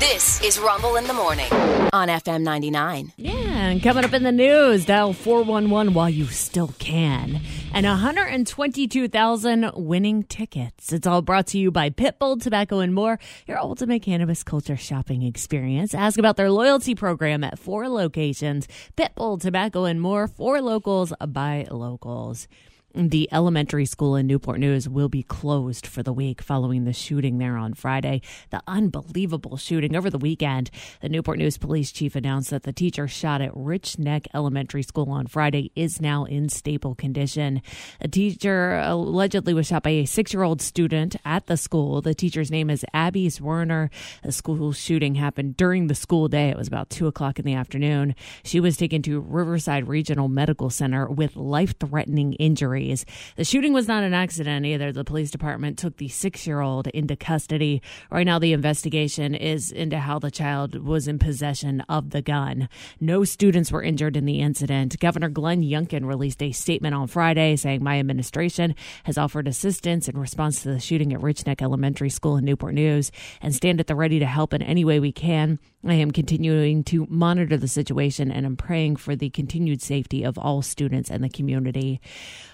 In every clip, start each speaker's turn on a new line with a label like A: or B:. A: This is Rumble in the Morning on FM 99.
B: Yeah, and coming up in the news, dial 411 while you still can. And 122,000 winning tickets. It's all brought to you by Pitbull Tobacco and More, your ultimate cannabis culture shopping experience. Ask about their loyalty program at four locations Pitbull Tobacco and More, for locals by locals. The elementary school in Newport News will be closed for the week following the shooting there on Friday. The unbelievable shooting over the weekend. The Newport News police chief announced that the teacher shot at Rich Neck Elementary School on Friday is now in stable condition. A teacher allegedly was shot by a six year old student at the school. The teacher's name is Abby Werner. The school shooting happened during the school day. It was about two o'clock in the afternoon. She was taken to Riverside Regional Medical Center with life threatening injuries. The shooting was not an accident either. The police department took the six year old into custody. Right now, the investigation is into how the child was in possession of the gun. No students were injured in the incident. Governor Glenn Youngkin released a statement on Friday saying, My administration has offered assistance in response to the shooting at Rich Neck Elementary School in Newport News and stand at the ready to help in any way we can. I am continuing to monitor the situation and I'm praying for the continued safety of all students and the community.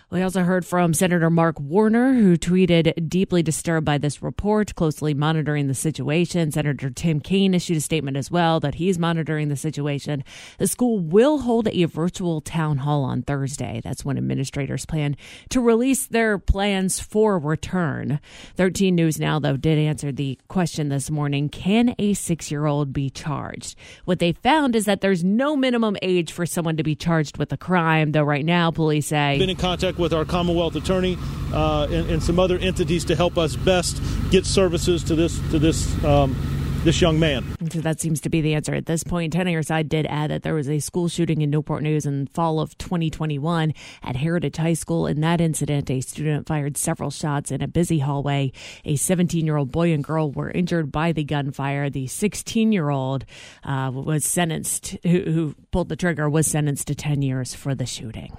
B: We also heard from Senator Mark Warner, who tweeted, deeply disturbed by this report, closely monitoring the situation. Senator Tim Kaine issued a statement as well that he's monitoring the situation. The school will hold a virtual town hall on Thursday. That's when administrators plan to release their plans for return. 13 News Now, though, did answer the question this morning can a six year old be charged? What they found is that there's no minimum age for someone to be charged with a crime, though, right now, police say.
C: Been in contact with our Commonwealth attorney uh, and, and, some other entities to help us best get services to this to this um, this young man.
B: So that seems to be the answer at this point. Ten Years Side did add that there was a school shooting in Newport News in fall of 2021 at Heritage High School. In that incident, a student fired several shots in a busy hallway. A 17-year-old boy and girl were injured by the gunfire. The 16-year-old uh, was sentenced, who, who pulled the trigger, was sentenced to 10 years for the shooting.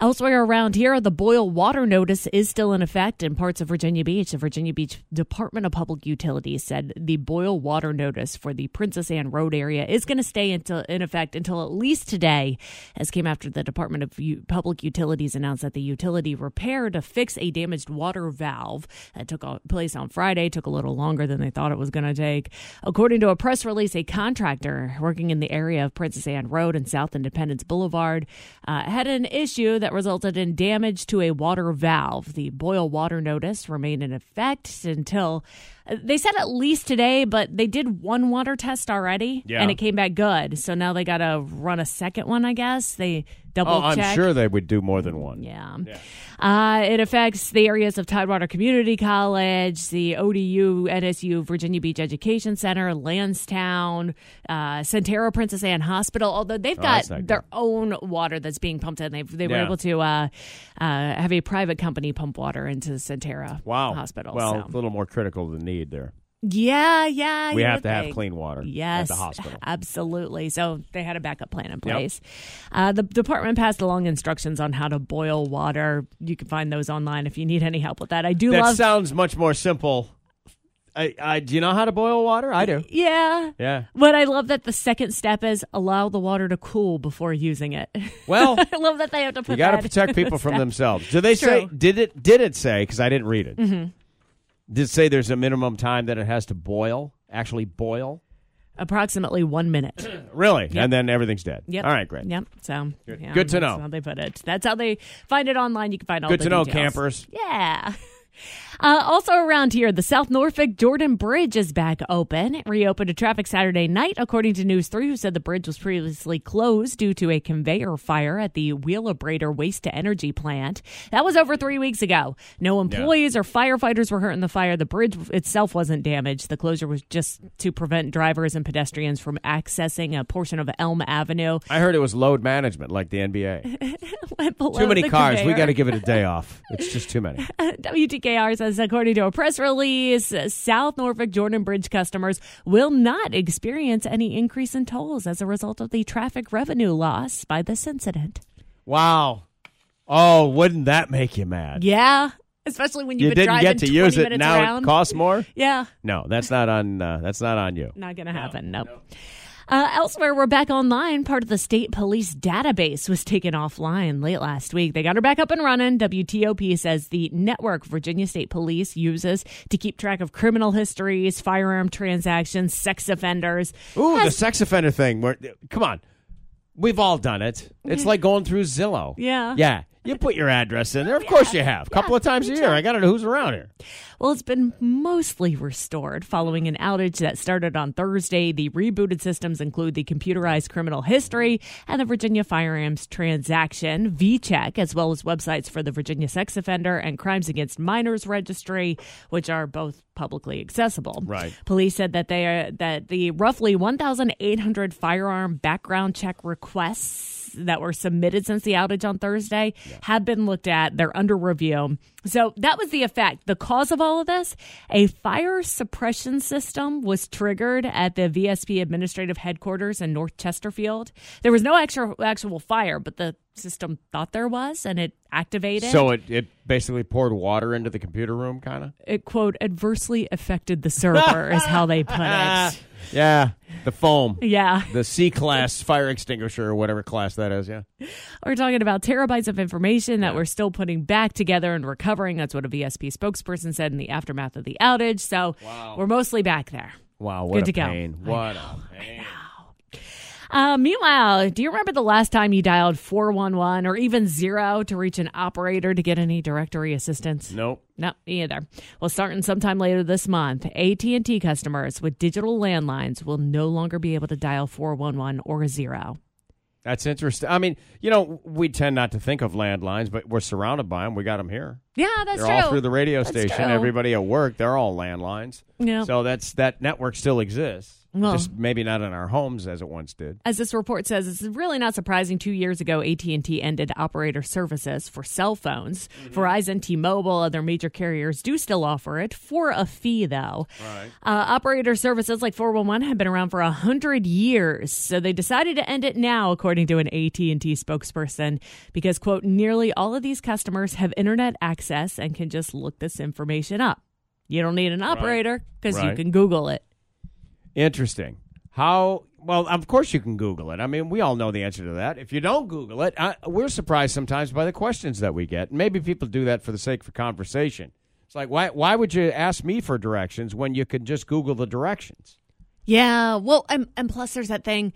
B: Elsewhere around here, the boil water notice is still in effect in parts of Virginia Beach. The Virginia Beach Department of Public Utilities said the boil water notice for the Princess Anne Road area is going to stay until, in effect until at least today, as came after the Department of U- Public Utilities announced that the utility repair to fix a damaged water valve that took place on Friday took a little longer than they thought it was going to take. According to a press release, a contractor working in the area of Princess Anne Road and South Independence Boulevard uh, had an issue that resulted in damage to a water valve. The boil water notice remained in effect until uh, they said at least today, but they did one water test already yeah. and it came back good. So now they got to run a second one, I guess. They double
D: oh,
B: check.
D: I'm sure they would do more than one.
B: Yeah. yeah. Uh, it affects the areas of Tidewater Community College, the ODU, NSU, Virginia Beach Education Center, Lansdowne, uh, Centera Princess Anne Hospital, although they've got oh, their own water that's being pumped in. they they were yeah. able to uh, have a private company pump water into Centera
D: wow.
B: Hospital.
D: Well,
B: so.
D: a little more critical than need there.
B: Yeah, yeah.
D: We have to
B: think.
D: have clean water
B: yes,
D: at the hospital.
B: Absolutely. So they had a backup plan in place. Yep. Uh, the department passed along instructions on how to boil water. You can find those online if you need any help with that. I do
D: that
B: love.
D: sounds much more simple. I, I, do you know how to boil water? I do.
B: Yeah.
D: Yeah.
B: But I love that the second step is allow the water to cool before using it.
D: Well,
B: I love that they have to put.
D: You got
B: to
D: protect people from
B: step.
D: themselves. Do they
B: True.
D: say? Did it? Did it say? Because I didn't read it.
B: Mm-hmm
D: did say there's a minimum time that it has to boil, actually boil?
B: Approximately one minute.
D: really?
B: Yep.
D: And then everything's dead.
B: Yep.
D: All right, great.
B: Yep. So
D: good,
B: yeah,
D: good
B: that's
D: to know.
B: How they put it. That's how they find it online. You can find all
D: Good
B: the
D: to know,
B: details.
D: campers.
B: Yeah. Uh, also around here, the South Norfolk Jordan Bridge is back open. It reopened to traffic Saturday night, according to News 3, who said the bridge was previously closed due to a conveyor fire at the Wheelabrator Waste to Energy plant. That was over three weeks ago. No employees or firefighters were hurt in the fire. The bridge itself wasn't damaged. The closure was just to prevent drivers and pedestrians from accessing a portion of Elm Avenue.
D: I heard it was load management, like the NBA.
B: Went below
D: too many
B: the
D: cars. We
B: conveyor.
D: got to give it a day off. It's just too many.
B: WTKR says, according to a press release, South Norfolk Jordan Bridge customers will not experience any increase in tolls as a result of the traffic revenue loss by this incident.
D: Wow. Oh, wouldn't that make you mad?
B: Yeah. especially when you've
D: You
B: been
D: didn't
B: driving
D: get to
B: 20
D: use it.
B: minutes
D: Now
B: around.
D: it costs more.
B: yeah,
D: No, that's not on. Uh, that's not on you.
B: not going to happen. Nope. Uh, elsewhere, we're back online. Part of the state police database was taken offline late last week. They got her back up and running. WTOP says the network Virginia State Police uses to keep track of criminal histories, firearm transactions, sex offenders.
D: Ooh, the
B: has-
D: sex offender thing. Where, come on, we've all done it. It's like going through Zillow.
B: Yeah.
D: yeah. You put your address in there. Of course you have. A couple of times a year. I got to know who's around here.
B: Well, it's been mostly restored following an outage that started on Thursday. The rebooted systems include the computerized criminal history and the Virginia firearms transaction VCheck, as well as websites for the Virginia sex offender and crimes against minors registry, which are both publicly accessible.
D: Right.
B: Police said that they are that the roughly 1,800 firearm background check requests that were submitted since the outage on Thursday have been looked at. They're under review. So that was the effect. The cause of all of this: a fire suppression system was triggered at the VSP administrative headquarters in North Chesterfield. There was no actual actual fire, but the system thought there was, and it activated.
D: So it, it basically poured water into the computer room, kind of.
B: it quote adversely affected the server, is how they put it.
D: Yeah, the foam.
B: Yeah.
D: The C class fire extinguisher or whatever class that is, yeah.
B: We're talking about terabytes of information that we're still putting back together and recovering. That's what a VSP spokesperson said in the aftermath of the outage. So we're mostly back there.
D: Wow,
B: Good
D: what
B: to
D: a
B: go.
D: pain. What a pain.
B: Uh, meanwhile, do you remember the last time you dialed 411 or even zero to reach an operator to get any directory assistance?
D: Nope.
B: No, me either. Well, starting sometime later this month, AT&T customers with digital landlines will no longer be able to dial 411 or zero.
D: That's interesting. I mean, you know, we tend not to think of landlines, but we're surrounded by them. We got them here.
B: Yeah, that's
D: they're
B: true.
D: all through the radio
B: That's
D: station.
B: true.
D: Everybody at work, they're all landlines.
B: Yeah.
D: So that's that network still exists.
B: Well-
D: Just maybe not in our homes as it once did.
B: As this report says, it's really not surprising. Two years ago, AT&T ended operator services for cell phones. Verizon, T-Mobile, other major carriers do still offer it for a fee, though. Right. Uh, operator services like 411 have been around for a hundred years, so they decided to end it now, according to an AT&T spokesperson, because quote, nearly all of these customers have internet access and can just look this information up. You don't need an operator because you
D: Right.
B: can Google it.
D: Interesting. How well? Of course, you can Google it. I mean, we all know the answer to that. If you don't Google it, I, we're surprised sometimes by the questions that we get. Maybe people do that for the sake of conversation. It's like, why? Why would you ask me for directions when you could just Google the directions?
B: Yeah. Well, and, and plus there's that thing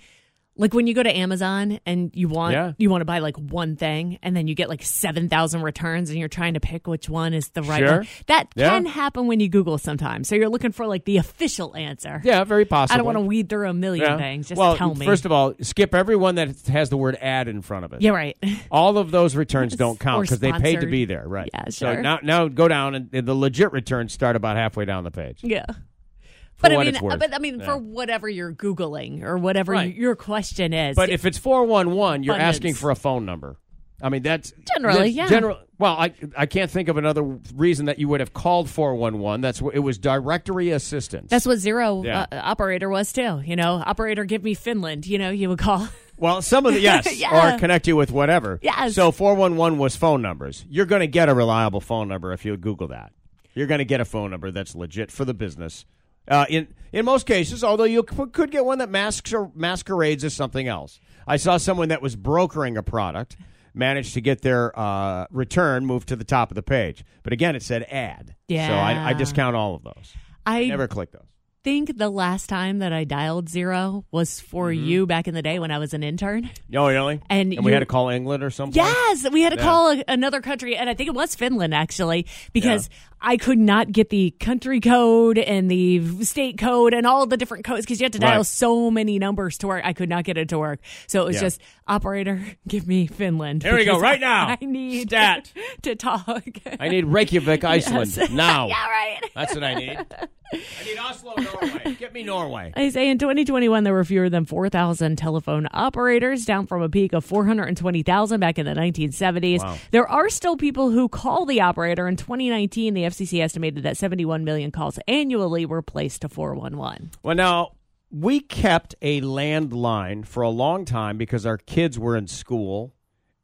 B: like when you go to Amazon and you want
D: Yeah.
B: you want to buy like one thing and then you get like 7,000 returns and you're trying to pick which one is the right
D: Sure.
B: one. That
D: Yeah.
B: can happen when you Google sometimes. So you're looking for like the official answer.
D: Yeah, very possible.
B: I don't want to weed through a million things. Just
D: well,
B: tell me.
D: First of all, skip everyone that has the word "ad" in front of it.
B: yeah, right.
D: All of those returns don't
B: Or
D: count because they paid to
B: sponsored.
D: be there, right?
B: Yeah,
D: So
B: sure.
D: now, now go down and, and the legit returns start about halfway down the page.
B: yeah. But I,
D: what
B: mean,
D: it's worth.
B: but I mean,
D: Yeah.
B: for whatever you're Googling or whatever
D: Right.
B: your question is.
D: But if it's four one one, you're
B: Abundance.
D: asking for a phone number. I mean, that's
B: Generally,
D: that's
B: yeah.
D: General. Well, I I can't think of another reason that you would have called four one one. That's what it was. Directory assistance.
B: that's what zero
D: Yeah.
B: uh, operator was too. You know, operator, give me Finland. You know, you would call.
D: well, some of the yes,
B: Yeah.
D: or connect you with whatever.
B: Yes.
D: So four one one was phone numbers. You're going to get a reliable phone number if you Google that. You're going to get a phone number that's legit for the business. Uh, in in most cases, although you c- could get one that masks or masquerades as something else. I saw someone that was brokering a product managed to get their uh, return moved to the top of the page, but again, it said ad. So I, I
B: Yeah.
D: discount all of those.
B: I
D: Never click those.
B: think the last time that I dialed zero was for
D: Mm-hmm.
B: you back in the day when I was an intern.
D: No, really.
B: And
D: we
B: you-
D: had to call England or something.
B: Yes, we had to call a, another country, and I think it was Finland actually, because I could not get the country code and the state code and all the different codes because you had to dial
D: Right.
B: so many numbers to work. I could not get it to work, so it was
D: Yeah.
B: just operator, give me Finland.
D: Here we go,
B: because
D: right now.
B: I need
D: Stat.
B: to talk.
D: I need Reykjavik, Iceland now.
B: yeah, right.
D: That's what I need. I need Oslo, Norway. Get me Norway.
B: They say in 2021 there were fewer than 4,000 telephone operators, down from a peak of 420,000 back in the 1970s. There are still people who call the operator. In 2019, the FCC estimated that 71 million calls annually were placed to 411.
D: Well, now we kept a landline for a long time because our kids were in school,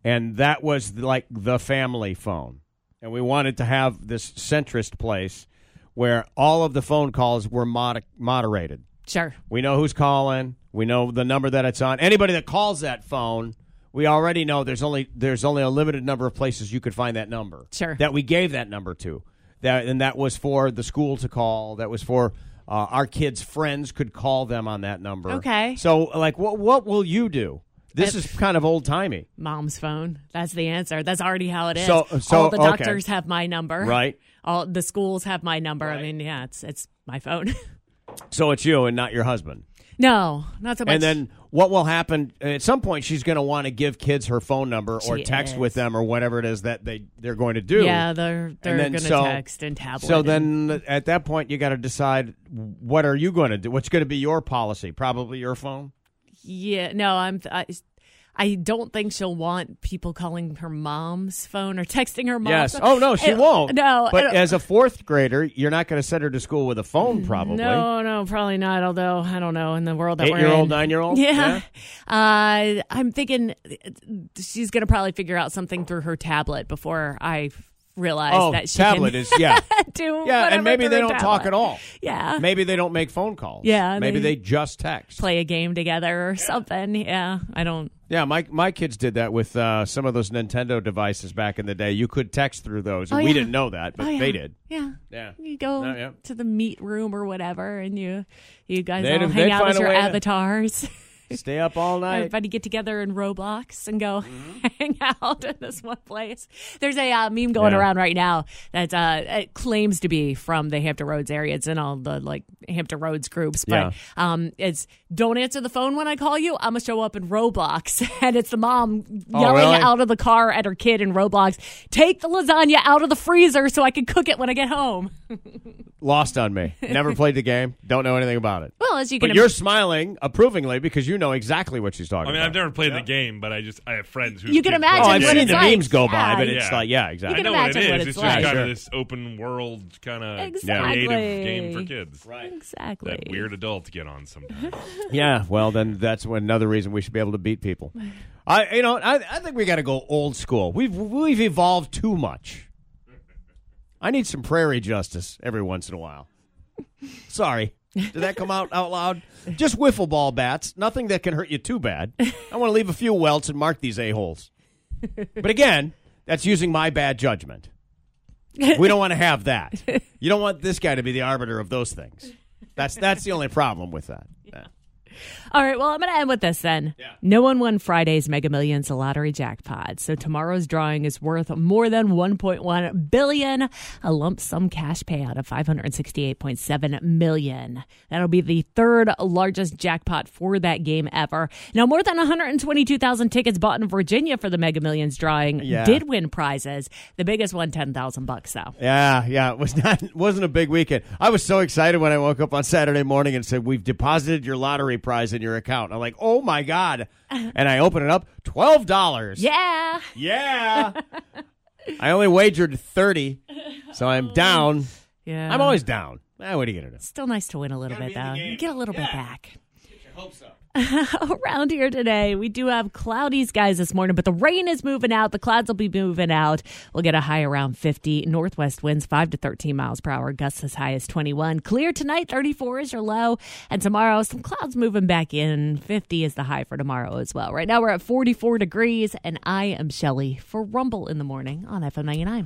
D: and that was like the family phone. and we wanted to have this centrist place where all of the phone calls were mod- moderated.
B: Sure.
D: We know who's calling. We know the number that it's on. Anybody that calls that phone, we already know there's only there's only a limited number of places you could find that number.
B: Sure.
D: That we gave that number to. That and that was for the school to call. That was for uh, our kids' friends could call them on that number.
B: Okay.
D: So like, what what will you do? This is kind of old timey,
B: Mom's phone. That's the answer. That's already how it is.
D: So- so,
B: All the
D: okay.
B: doctors have my number.
D: right?
B: All the schools have my number. I
D: Right.
B: mean, yeah, it's it's my phone.
D: So it's you and not your husband.
B: no, not so much.
D: And then what will happen at some point? She's going to want to give kids her phone number or
B: She
D: text
B: is.
D: with them or whatever it is that they they're going to do.
B: yeah, they're they're
D: And then
B: gonna
D: so-
B: text and tablet.
D: So
B: and-
D: then at that point you got to decide what are you going to do? What's going to be your policy? Probably your phone.
B: yeah, no, I'm I, I don't think she'll want people calling her mom's phone or texting her mom.
D: Yes. Oh no, she won't.
B: No, I
D: But
B: don't- Mm,
D: as a fourth grader, you're not going to send her to school with a phone probably.
B: No, no, probably not. Although I don't know in the world that we're in,
D: Eight-year-old, nine-year-old?
B: Yeah, Uh, I'm thinking uh, she's gonna probably figure out something through her tablet before I realize
D: Oh,
B: that she
D: tablet
B: can
D: is yeah.
B: do.
D: Yeah,
B: whatever
D: and maybe
B: through
D: they
B: her
D: don't talk
B: tablet.
D: at all.
B: Yeah,
D: Maybe they don't make phone calls.
B: Yeah,
D: Maybe
B: they-
D: they just text.
B: play a game together or something. Yeah, I don't.
D: Yeah, my my kids did that with uh, some of those Nintendo devices back in the day. You could text through those, and
B: Oh,
D: we
B: yeah.
D: didn't know that, but
B: oh, yeah.
D: they did.
B: Yeah.
D: Yeah.
B: You go
D: No, yeah.
B: to the meat room or whatever, and you you guys
D: They'd-
B: all
D: they'd
B: hang out
D: find
B: as
D: a
B: your
D: way to-
B: avatars.
D: Stay up all night.
B: Everybody get together in Roblox and go
D: Mm-hmm.
B: hang out in this one place. There's a uh, meme going
D: Yeah.
B: around right now that uh, it claims to be from the Hampton Roads area. It's in all the like Hampton Roads groups, but
D: Yeah.
B: um, it's don't answer the phone when I call you. I'm gonna show up in Roblox, and it's the mom
D: Oh,
B: yelling
D: really?
B: out of the car at her kid in Roblox. Take the lasagna out of the freezer so I can cook it when I get home.
D: Lost on me. Never played the game. Don't know anything about it.
B: Well, as you can,
D: But you're smiling approvingly because you know exactly what she's talking
E: I mean,
D: about.
E: I've never played the game, but I just I have friends who
B: You can imagine
D: Oh, I've
B: what
D: seen
B: it's
D: the
B: like.
D: memes go by,
B: Yeah,
D: but it's
E: yeah.
D: like, yeah, exactly.
E: I
B: can
E: know what it
B: imagine
E: is.
B: what
E: it's
B: it's
E: just
B: like.
E: kind
D: Sure.
E: of this open world kind of
B: Exactly.
E: creative game for kids. Right.
B: exactly
E: That weird adults get on sometimes.
D: Yeah, well, then that's another reason we should be able to beat people. I, you know, I, I think we got to go old school. We've we've evolved too much. I need some prairie justice every once in a while. Sorry, did that come out out loud? Just wiffle ball bats, nothing that can hurt you too bad. I want to leave a few welts and mark these a holes. But again, that's using my bad judgment. We don't want to have that. You don't want this guy to be the arbiter of those things. That's that's the only problem with that.
B: All right, well, I'm going to end with this then. No one won Friday's Mega Millions lottery jackpot, so tomorrow's drawing is worth more than 1.1 billion, a lump sum cash payout of 568.7 million. That'll be the third largest jackpot for that game ever. Now, more than 122,000 tickets bought in Virginia for the Mega Millions drawing
D: Yeah.
B: did win prizes. The biggest one, 10,000 bucks, though.
D: Yeah, yeah. It was not wasn't a big weekend. I was so excited when I woke up on Saturday morning and said, We've deposited your lottery prize in your account. I'm like, oh my God. And I open it up, twelve dollars.
B: Yeah.
D: Yeah. I only wagered thirty, so I'm down.
B: Yeah.
D: I'm always down. Eh, what are you gonna do?
B: Still nice to win a little bit, though. You get a little bit back.
D: Hope so.
B: around here today. We do have cloudy skies this morning, but the rain is moving out. The clouds will be moving out. We'll get a high around 50. Northwest winds 5 to 13 miles per hour. Gusts as high as 21. Clear tonight, 34 is your low. And tomorrow, some clouds moving back in. 50 is the high for tomorrow as well. Right now, we're at 44 degrees, and I am Shelly for Rumble in the Morning on FM 99.